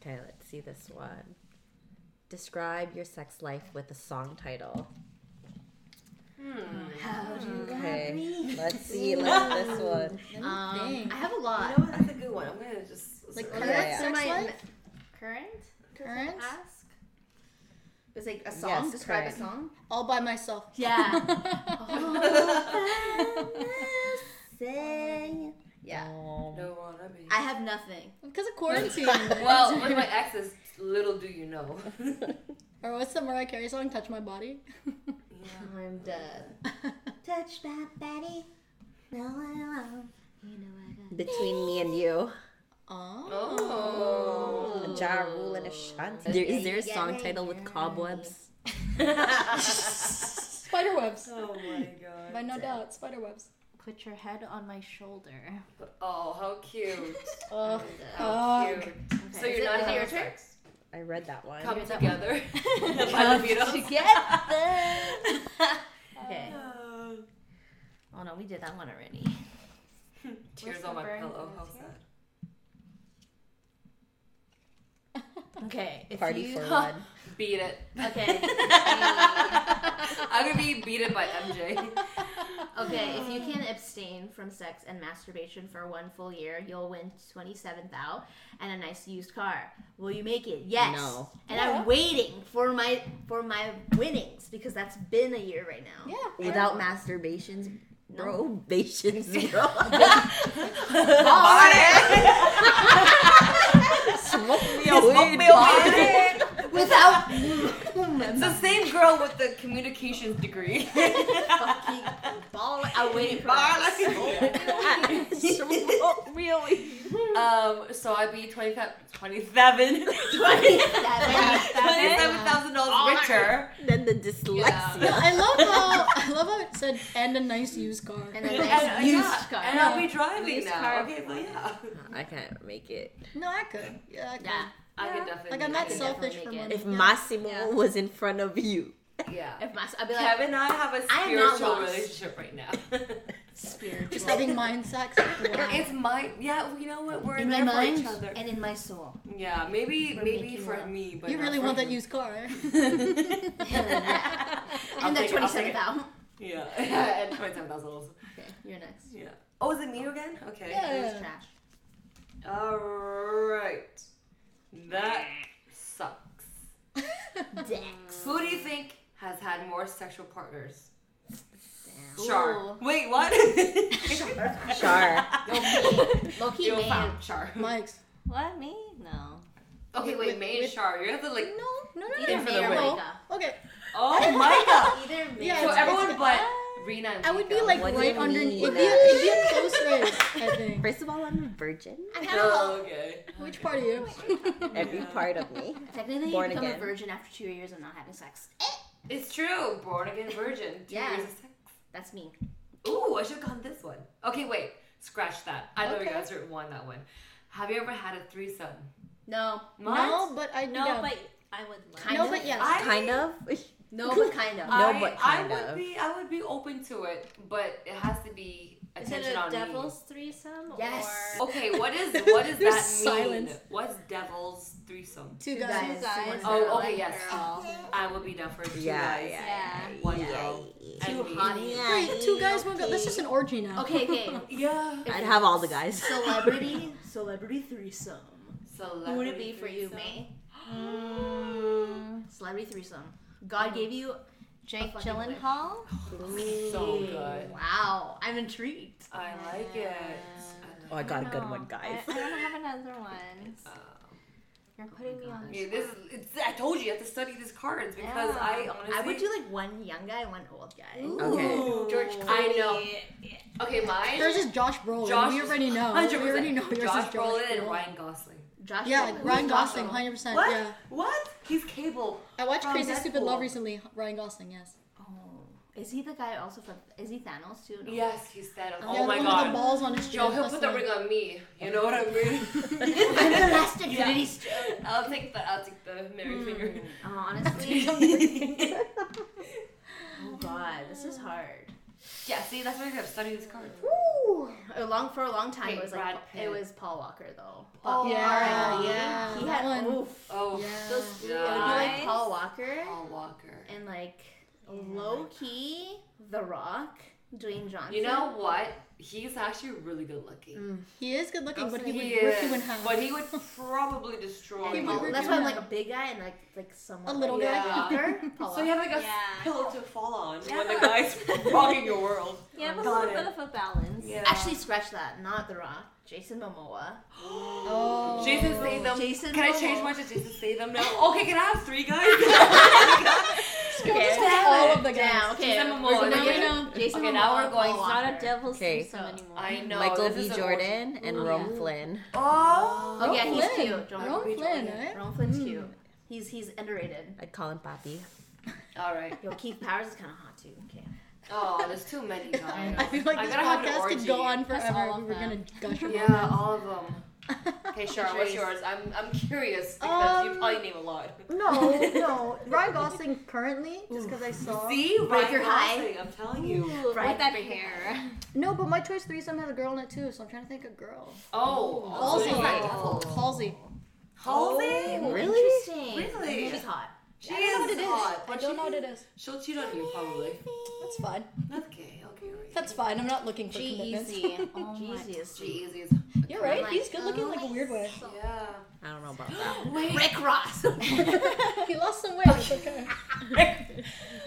Okay, let's see this one. Describe your sex life with a song title.
Hmm.
Okay, let's see. Let's this one.
Let me
Um,
think.
I have a
You
lot.
know what? That's a good one. I'm gonna just
Like
Okay,
current
yeah.
sex
My-
life?
Current?
Current?
Ask.
It's like a song.
Yes,
Describe
correct.
a song.
All by myself.
Yeah. Yeah.
Um,
Don't wanna be.
I have nothing.
Because of quarantine.
Well, with my exes, little do you know.
or what's the Mariah Carey song? Touch my body.
I'm dead.
Touch that body. No one alone. You know I got
Between me and you,
Oh.
Oh.
a Ja Rule and Ashanti. There, is there a song title with cobwebs?
Spiderwebs.
Oh my god.
By no doubt, spiderwebs.
Put your head on my shoulder.
Oh, how cute.
Oh.
How
Oh.
cute. So
Okay.
you're
Is it-
not
is it your
having
turn?
sex.
I read that one.
Come together. By the Beatles.
Okay. Oh no, we did that one already.
Tears
Where's
on
the
my
burn
pillow.
in
How
the
sad.
Okay. If
Party
you,
for one.
Beat it.
Okay.
I'm gonna be beat it by MJ.
Okay, if you can abstain from sex and masturbation for one full year, you'll win 27th out and a nice used car. Will you make it? Yes.
No.
And I'm waiting for my for my winnings because that's been a year right now.
Yeah.
Without masturbations, probations, bro. Smoke me a weed, body.
Without
It's the same girl with the communications degree.
fucking ball. I'm waiting for that.
Smoke me a weed.
um, so I'd be 27 27 $27,000 richer.
Then the dyslexia.
No, I love how I love how it said and a nice used car.
And a nice
yeah,
used car.
And I'll be driving
Used
now.
car.
Okay, well, yeah.
I can't make it.
no, I could. Yeah, I could.
Yeah.
I can definitely.
Like I'm
I
not
can
so-
selfish
definitely make
for money. Yeah.
If Massimo
Yeah.
was in front of you,
definitely- Yeah.
If my, I'd be like
Kevin and I have a
I am not
spiritual
lost.
relationship right now.
spiritual.
just having mind sex. Wow.
it's my yeah. You know what? We're
in my
there for each
mind
other.
and in my soul.
Yeah, maybe
We're
maybe
making
for
love.
me, but
You
not
really
for
want that
you.
used car?
and the
take it, I'll take it.
27th out.
Yeah, and twenty-seven thousand also.
Okay, you're next.
Yeah. Oh, is it me again? Okay.
It
Yeah.
was trash.
All right. That sucks. Who do you think has had more sexual partners? Char. Wait, what?
Char.
Loki
Yo,
made
fam, Char.
Mike's.
What me? No.
Okay, wait,
With-
May and
with-
Char. You have to like.
No, no, no,
Either
no.
me or
no.
Micah.
Okay,
Oh my
Either me.
Yeah,
god. So
it's-
everyone
it's-
but Rena. and
I would be
Mika.
like
What do
right
you
underneath. It'd
mean?
be, a, it'd be a close race, I think.
First of all, I'm a virgin.
I kind of
Oh, okay.
Which part of you?
Every
Yeah.
part of me.
technically you
Born
become
again.
a virgin after two years of not having sex.
It's true. Born again virgin. Two
Yeah.
years of sex.
That's me.
Ooh, I should have gone this one. Okay, wait. Scratch that. I know you
Okay.
guys are one that one. Have you ever had a threesome?
No,
No, but I
No,
yeah.
but I would love.
Kind
no,
of.
but yes.
I-
Kind of.
no, but kind of.
No,
I,
but
I
kind
would
of.
be I would be open to it, but it has to be
Is it
attention
a
on me.
devil's threesome?
Yes.
Or...
Okay, what is what does that mean?
There's silence.
What's devil's threesome?
two
Two
guys.
guys.
Guys,
Oh,
they're
okay,
like
yes.
girl.
I would be down for two
Yeah,
guys.
yeah, yeah.
One
yeah,
girl.
yeah.
And
Too
me.
hot.
Yeah,
Wait, two guys,
yeah,
one girl. That's just an orgy now.
Okay, okay.
Yeah.
I'd have all the guys.
Celebrity, celebrity threesome.
Celebrity
Who would it be for you,
threesome.
May?
Mm,
Celebrity threesome. God gave you.
Jake
fucking wish.
Gyllenhaal.
So good.
Wow, I'm intrigued.
I like it. I
Oh,
like
I got a good
No,
one, guys.
I, I don't have another one.
it. Um,
You're putting me on. the
Yeah, this is, it's, I told you, you have to study these cards because
Yeah.
I honestly.
I would do like one young guy, one old guy.
Okay.
George
I
I know. Okay, mine.
There's just Josh Brolin.
Josh
we
is
already know.
100%.
We already know yours
Josh
is Josh
Brolin and Ryan Gosling.
Josh.
Yeah,
Brolin.
Ryan
Who's
Gosling,
Josh Brolin?
100%.
What?
Yeah.
What? He's cable.
I watched
From
Crazy Stupid Love
Deadpool.
recently. Ryan Gosling, yes.
Oh, is he the guy also from? Is he Thanos too? No.
Yes, he's that. Oh,
yeah, the one
my
With the
god.
balls on his
Yo,
chin,
he'll put the
busting.
ring on me. You know what I mean?
I'm the last
Yeah.
Infinity Stone.
I'll take the I'll take the Mary finger.
Oh, honestly. oh God, this is hard.
Yeah, see, that's why you have to study these cards.
Ooh. A long for a long time
Wait,
it was like
Brad Pitt.
it was Paul Walker though.
Paul
But-
Yeah,
R.I.P..
yeah,
He
that
had
one.
oof.
Oh,
Yeah.
Those three, it would be like
Guys.
Paul Walker
Paul Walker.
and like low key The Rock, Dwayne Johnson.
You know what? He's actually really good looking.
He is good looking, but he,
He
would rip you in
is,
half.
but he would probably destroy.
He
And
would
you.
Paul-
rip
that's
you
why
in
I'm like a
half.
big guy and like like someone
A little guy.
Yeah.
Paul
So you have like a
Yeah.
pillow to fall on when
Yeah.
the guy's rocking your world.
Yeah, but a
Got
little bit
it.
of a balance.
Yeah.
Actually, scratch that. Not The Rock. Jason Momoa.
oh.
Jason Statham.
Jason
can I change
Momoa.
mine to Jason Statham now? Okay, can I have three guys? okay,
Just
Okay.
put all of the guys.
Damn. Okay.
Jason
we're
Momoa.
gonna
Now we
get-
know.
Jason
Okay,
Momoa.
now we're going-
It's
Paul
not a
Walker.
devil's
Okay.
thesome anymore.
I know.
Michael
this
B.
is a-
Jordan and
Ooh.
Rome Flynn.
Oh.
Oh yeah,
Ron
he's
Flynn.
cute. Don't
Ron
worry,
Flynn,
Jordan.
right?
Ron Flynn's cute. He's he's underrated.
I'd call him Papi.
All right.
Yo, Keith Powers is kind of hot too. Okay.
Oh, there's too many guys.
I feel like
I
this
gotta have an
podcast could
orgy.
go on
That's
forever.
all
We
of
were
them.
gonna gush about
Yeah, all of them. Okay, Sharon, what's
Trace.
yours? I'm I'm curious because you
Um,
probably name a lot.
No, no. Ryan Gosling currently, just because I saw.
See,
Breaker
Ryan
High.
Gosling, I'm telling you.
Ooh, with
Right.
that hair.
No, but my choice threesome has a girl in it too, so I'm trying to think of girl.
Oh,
Also,
so it's like
like,
double.
Halsey.
Halsey?
Really?
Interesting.
Really?
She's hot.
She
I don't know what
is
it is.
hot,
I
but
don't know
she-
what it is.
She'll cheat on you probably.
That's fine.
Okay, okay, alright.
That's fine. I'm not looking for
G
commitments.
Easy.
Oh my-
G Easy.
G Easy is.
You're right.
I'm
He's
like,
good looking in like a weird way.
Yeah.
I don't know about that.
Rick Ross.
He lost some weight. It's okay.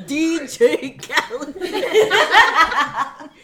DJ Khaled.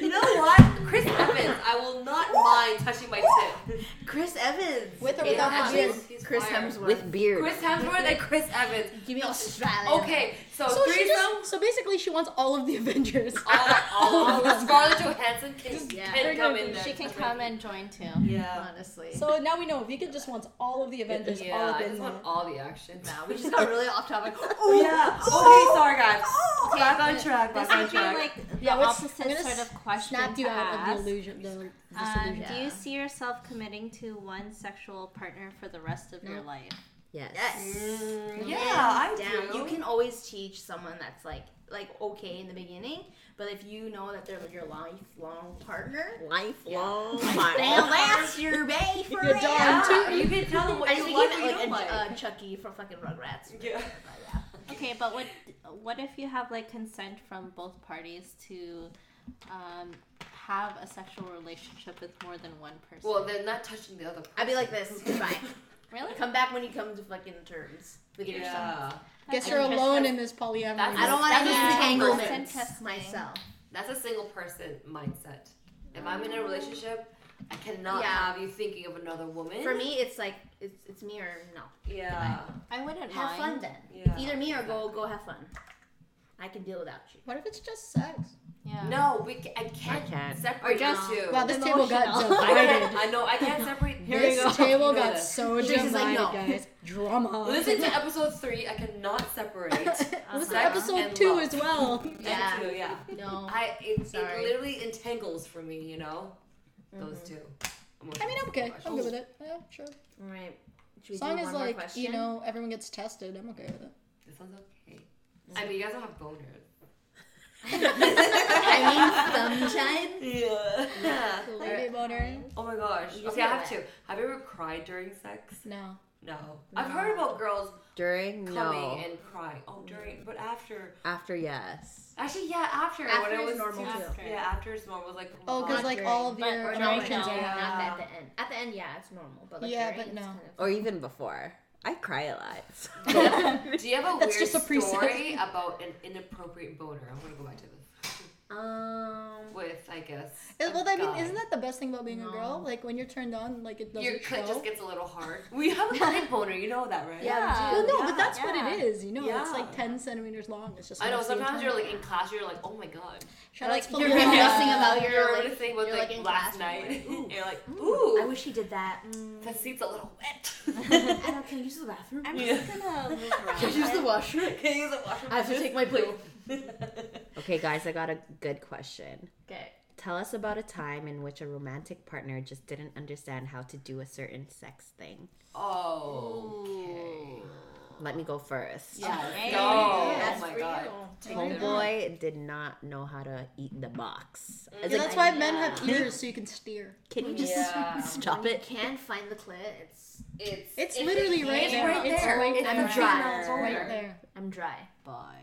You know what? Chris Evans. I will not mind touching my tip.
Chris Evans.
With or
Yeah,
without the
he's-
gym.
he's
Chris
fire.
Hemsworth.
With beard.
Chris Hemsworth and Chris Evans.
Give me Australia.
Okay, so,
So she
threesome.
just, so basically she wants all of the Avengers.
all, all of them. Scarlett Johansson can,
Yeah.
can come in there.
She can come and join too.
Yeah.
Honestly.
So now we know Vika just wants all of the Avengers,
Yeah,
all of
I
them.
just want all the action.
Wow, we just got really off topic.
Oh yeah. Okay, sorry guys.
Okay,
Back on
but
track.
This
Back on
would be
track.
like the
Yeah, what's- I'm
opposite
gonna
sort of question
Snapped you
to
out
ask.
of the illusion. The
Um,
disillusion.
do
Yeah.
you see yourself committing to one sexual partner for the rest of your
No.
life?
Yes.
Mm, yeah, I
Hands down.
do.
You can always teach someone that's like like okay in the beginning, but if you know that they're your lifelong partner,
Lifelong
they'll
partner.
last your bay for
You're
real.
done.
Yeah, you can tell them what
I
you
just became
want and you
like
don't
a
like. oh
uh, Chucky from fucking Rugrats.
yeah.
Okay, but what what if you have like consent from both parties to um, have a sexual relationship with more than one person?
Well, they're not touching the other. Person.
I'd be like this. Goodbye.
really?
Come back when you come to fucking terms with yourself.
Yeah.
Guess you're
That's-
alone in this polyamory.
That's-
I don't want
That's
any
just
entanglements
interesting.
myself.
That's a single person mindset. If I'm in a relationship, I cannot
Yeah.
have you thinking of another woman.
For me, it's like it's it's me or no.
yeah.
I wouldn't
Have fun
mind.
then.
Yeah.
Either me or go go have fun. I can deal without you.
What if it's just sex?
Yeah.
No, we ca- I can't
can't.
separate the
just-
two.
Wow, this table got
Emotional.
I,
divided.
can't- I know I can't separate.
Here
this
this table
You know
got
this.
so
She's just
divided,
like, no.
guys. Drama.
Listen to episode three. I cannot separate.
Listen to
Um,
sex
episode
and
two as
love.
well.
Yeah.
And two, yeah.
No.
I it, it
Sorry.
literally entangles for me, you know, those two.
I mean, I'm okay. I'm good with it. Yeah, sure.
All right. Should we
As long
do
as,
one more
like,
question?
you know, everyone gets tested, I'm okay with it.
This one's okay. I mean, you guys don't have boners.
I mean, sometimes.
Yeah.
Lady boner?
Oh my gosh.
You
Okay, I
feel
have
it.
to. Have you ever cried during sex?
No.
No. I've heard about girls
During
coming
no.
and crying. Oh, during, but after.
After yes.
Actually, yeah, after.
After
when it
is
was
normal,
too-
too.
Yeah, after is normal. It was like.
Oh, because,
hot.
like,
during,
all of
but
your
during,
No, no,
emotions
not
are
yeah.
at the end. At the end, yeah, it's normal. But like,
Yeah,
during,
but
it's
no.
Kind of,
Or even before. I cry a lot. so-
Do you have a
That's
weird
just a preset.
story about an inappropriate boner? I'm gonna go back to this.
um,
With, I guess.
Uh,
a
Well, I mean,
guy.
isn't that the best thing about being a girl?
No.
Like, when you're turned on, like, it doesn't
Your clit
show.
just gets a little hard. We have a clit boner, you know that, right?
Yeah.
well, no,
Yeah.
but that's what it
Yeah.
is. You know, it's
Yeah.
like 10 centimeters long. It's just.
I know.
messy and
Sometimes you're
tiny.
like in class, you're like, oh my god.
Shout out to
you're
Felicia.
reminiscing about your
You're
like,
like, thing with
you're,
like,
like, in
last
class and
night.
you're
and you're like,
I
ooh,
wish he did that. Mm.
the seat's a little wet.
Adam, can I use the bathroom?
I'm
Yeah.
just gonna move around.
Can I use the washroom?
Can you use the washroom?
I have to take my poop.
Okay, guys, I got a good question.
Okay.
Tell us about a time in which a romantic partner just didn't understand how to do a certain sex thing.
Oh.
Ooh.
Let me go first.
Yeah.
Okay.
No.
That's
Oh my
for
god.
you.
Homeboy did not know how to eat the box.
Mm.
I was
Yeah,
like,
that's why men have ears so you can steer.
can you just
Yeah.
stop
You
it?
can't find the clit. It's
It's
It's
if
literally
it
right
came
there.
right
It's
there.
right
it's
there.
the
Right
female's
there.
Right
boner.
there.
I'm dry.
Boy.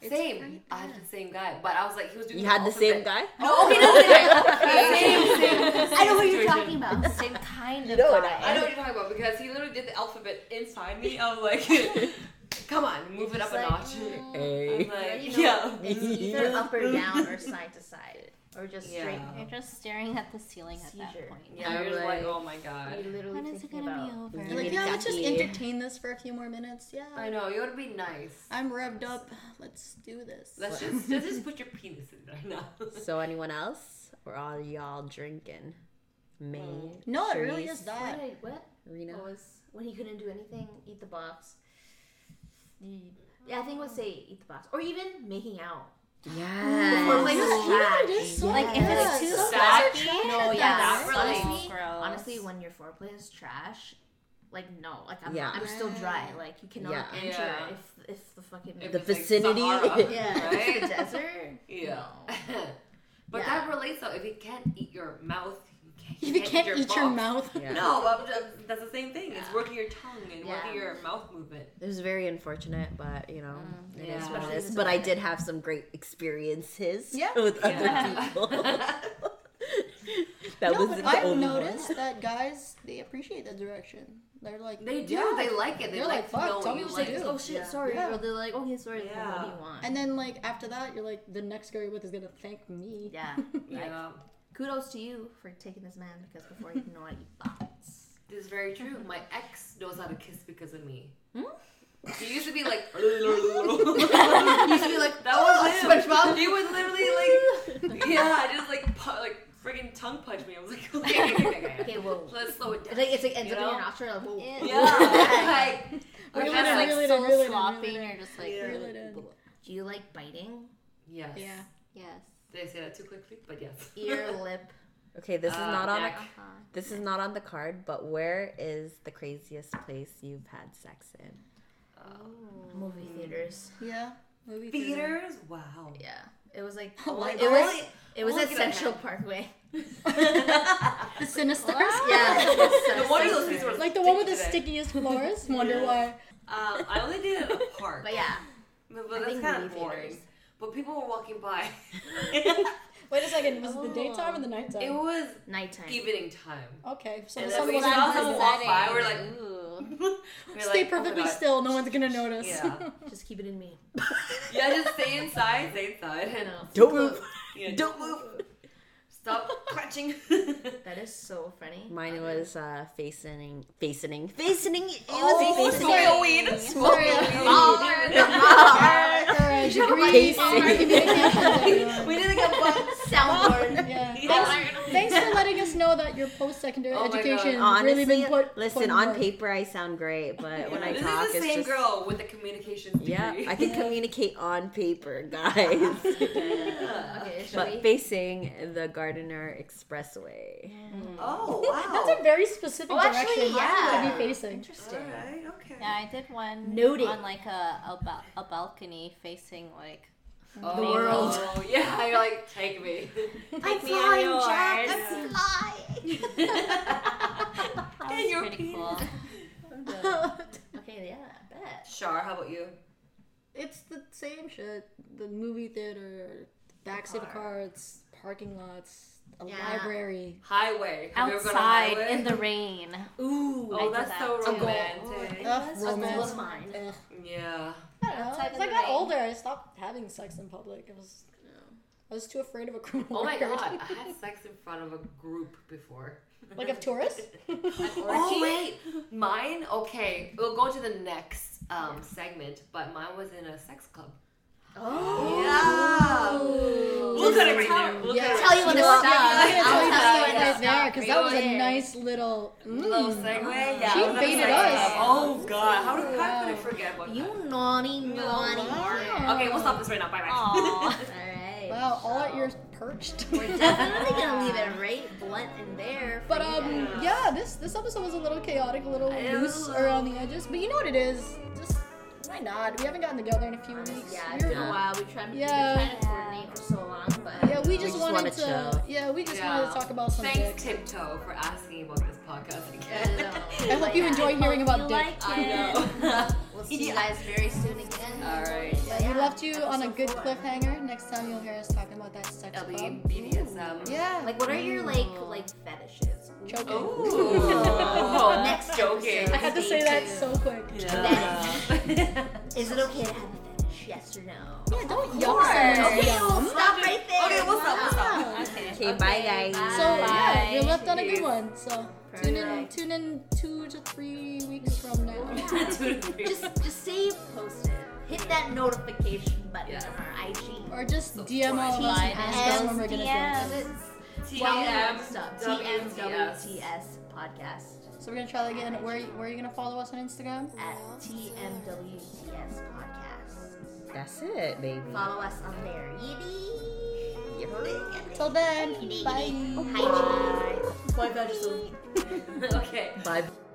It's
Same.
right
I had the same guy, but I was like, he was doing.
You had the same
alphabet.
guy?
No, okay, no, same, same, same, same
I know what you're
situation.
talking about.
Same kind of
know what
guy.
I know what you're talking about because he literally did the alphabet inside me. I was like, come on, move it
Just
up a
like,
notch.
mm,
Oh, I'm
Hey.
like,
You know,
yeah.
It's either up or down or side to side or just
Yeah.
straight.
You're just staring at the ceiling at
Seizure.
that point.
Yeah, you're just like, oh my god.
You literally
When is it
thinking
gonna
about.
be over?
You're like,
Maybe
yeah, let's just
Jackie.
entertain this for a few more minutes.
I
Yeah.
know, it would be nice.
I'm revved up. Let's do this.
Let's just, let's just put your penis in there now.
So anyone else? Or all y'all drinking? May,
No, it really
Sharice,
is that.
What? did- what?
Rena.
What was when he couldn't do anything? Eat the box. Mm. Yeah, I think we'll say eat the box or even making out.
Yeah.
Or like
Yeah, you know what it is? So
Like if
yeah,
it's too
so
That-
sloppy,
Oh,
No, yeah,
that's
really
honestly, gross.
Honestly, when your foreplay is trash, like no, like I'm,
Yeah.
I'm still dry. Like you cannot
Yeah.
enter
Yeah.
if if the fucking
If
The
it's like
vicinity.
Sahara,
yeah,
Right?
if the desert.
Yeah.
No.
but
Yeah.
that relates though. If you can't eat your mouth, you can't
If you can't eat your
balls.
mouth.
Yeah.
No, but but that's the same thing. It's working your tongue and
Yeah.
working your mouth movement.
It was very unfortunate, but you know, it is
yeah.
what
Especially
it is.
this
But I
event.
did have some great experiences
Yeah.
with
Yeah.
other people. that
no,
was
but
the
I've
only one.
noticed that guys they appreciate the direction. They're like
They do.
"Yeah."
They like it. They
They're
like,
like,
to
"Fuck,
know
tell
what
me
you
what to
like.
do.
Oh shit,
Yeah.
sorry,
Yeah.
girl. They're like, okay, sorry, girl, what do
Yeah.
you want?
And then like after that, you're like the next guy with is gonna thank me.
yeah.
Yeah,
Kudos to you for taking this man because before he didn't know how to eat bots.
this is very true. My ex knows how to kiss because of me. He used to be like. he used to be like that was him. SpongeBob. He would literally like, yeah, just like pu- like freaking tongue punch me. I was like, okay, okay, okay, okay.
Okay, well,
let's slow it down.
it's like it's like ends
You
up in
know?
your nostril. Like, whoa.
yeah, like
Reel it
that's
in,
like
reel it in,
soul
reel it in, reel it
swapping.
in.
You're just like,
Yeah.
Reel it in.
Do you like biting?
yes.
Yeah.
yes.
Did I say that too quickly? But yes.
Ear, lip.
Okay, this is
Uh,
not on
neck.
a,
Uh-huh.
this is not on the card, but where is the craziest place you've had sex in?
Oh.
Movie theaters.
Yeah. Movie theater.
Theaters? Wow.
Yeah. It was like
Oh,
only-
like,
it was
Only-
it was
only
at
good at
Central Parkway.
The Sinisters.
Yeah. it was so
No wonder those things
stupid.
were
Like the one with the
sticky today.
stickiest floors. Wonder why.
Um, I only did it at a park.
But yeah,
But,
I
but that's
think
kind of
movie
boring.
theaters.
But people were walking by.
Wait a second. Was it the daytime or the nighttime?
it was
nighttime.
evening time.
okay. So
And
the
then
sun
we
was
saw
out.
someone walk by. We're like,
Ooh.
we were
Stay
like, oh my
perfectly
God.
still. No one's gonna notice.
Yeah.
Just keep it in me.
Yeah, just stay inside. Stay inside.
I know.
Don't move.
Yeah, just
Don't move.
Stop clutching.
That is so funny.
Mine was uh, facening, facening, facening. It
Oh,
was facening.
sorry, weed.
Sorry.
Sorry.
Alright,
Casey.
degrees,
Oh
alright, communication, everyone.
We didn't get one.
Soundboard.
Yeah.
Yeah.
Thanks for letting us know that your post-secondary
Oh my God.
education has
Honestly,
really been put. put
listen.
in
On
work.
paper, I sound great, but when I
this
talk,
is the
it's
same
just
girl with the communications degree.
yeah. I can communicate on paper, guys.
okay, shall
but
we?
facing the Gardiner Expressway.
Oh wow.
That's a very specific
Oh,
direction
actually,
to
yeah.
be facing.
Interesting.
Alright, okay.
Yeah, I did one
Noted.
on like a a, ba- a balcony facing like
Oh,
the world.
Yeah, you're like, take me.
I'm
me on
flying,
yours.
Jack. I'm flying.
that
Hey,
was
your
pretty cool.
penis.
Okay, yeah, I bet.
Shar, how about you?
It's the same shit. The movie theater, backseat of cars, parking lots, a
Yeah.
library.
Highway. Have you ever gone on
Outside
highway?
in the rain.
Ooh.
Oh,
I did
that's so
that
too.
romantic.
Ugh,
That's
romance.
was mine.
Ugh.
Yeah.
I don't know.
Outside
As
in
I
the
got
rain.
older, I stopped having sex in public. It was, I was too afraid of a criminal
Oh my
record.
god, I had sex in front of a group before.
like of tourists.
Oh wait, mine. Okay, we'll go to the next um, segment, but mine was in a sex club. Oh yeah, we'll cut it right there. We'll
Yeah.
cut it
Tell you
right
when to
there.
stop.
I'm gonna tell
I'll tell you
you that
when to
right there
stop.
because that was a
Right.
nice little.
Little
Mm.
segue. Yeah,
She
I was at a
baited
sex
us.
club. Oh god, how, did, how could I forget about that?
You naughty, naughty.
Wow.
Okay, we'll stop this right now. Bye
Aw.
bye.
Alright.
Wow, all at your perched.
We're definitely gonna leave it right blunt and there. for
But
you
um,
guys.
yeah, this this episode was a little chaotic, a little
It was
loose
a
around the edges. But you know what it is? Just why not? We haven't gotten together in a few
Honestly,
weeks.
yeah,
We
it's been
were-
a while. We tried,
Yeah.
we tried to coordinate for so long, but
yeah, we just
just wanna
wanted to.
chill.
Yeah, we just wanted to talk about some dick.
Thanks, Tiptoe, for asking about this podcast
I don't
again.
know.
I hope
But
you
yeah,
enjoy
I
hearing
hope
about
you
dick.
like
I
it.
know.
We'll see you guys very soon again.
All right.
Yeah, we left you on a good cliffhanger. Next time you'll hear us talking about that sex
It'll be
club.
BDSM.
Um, Yeah,
Like, what are your like like fetishes?
choking.
Oh,
Next
joking.
I had to say that so quick.
Yeah.
Is it okay to have a fetish? Yes or no?
Yeah, don't yell at us.
Okay,
Yum.
Stop right there.
Okay, we'll stop. We'll stop.
Okay, bye guys.
So yeah, we left on a
Yes.
good one. So tune in, tune in two to three weeks from now.
Two, three.
Just just stay posted. Hit that notification button
Yeah.
on our IG.
Or just DM all of us and
Slide
ask us when we're gonna film.
Stop.
TMWTS.
TMWTS podcast
So we're gonna try that again. Where where are you gonna follow us on Instagram?
at TMWTS podcast.
That's it, baby.
Follow us on there. Yee
You heard it.
Till then, bye.
Hi, G.
Okay.
Bye.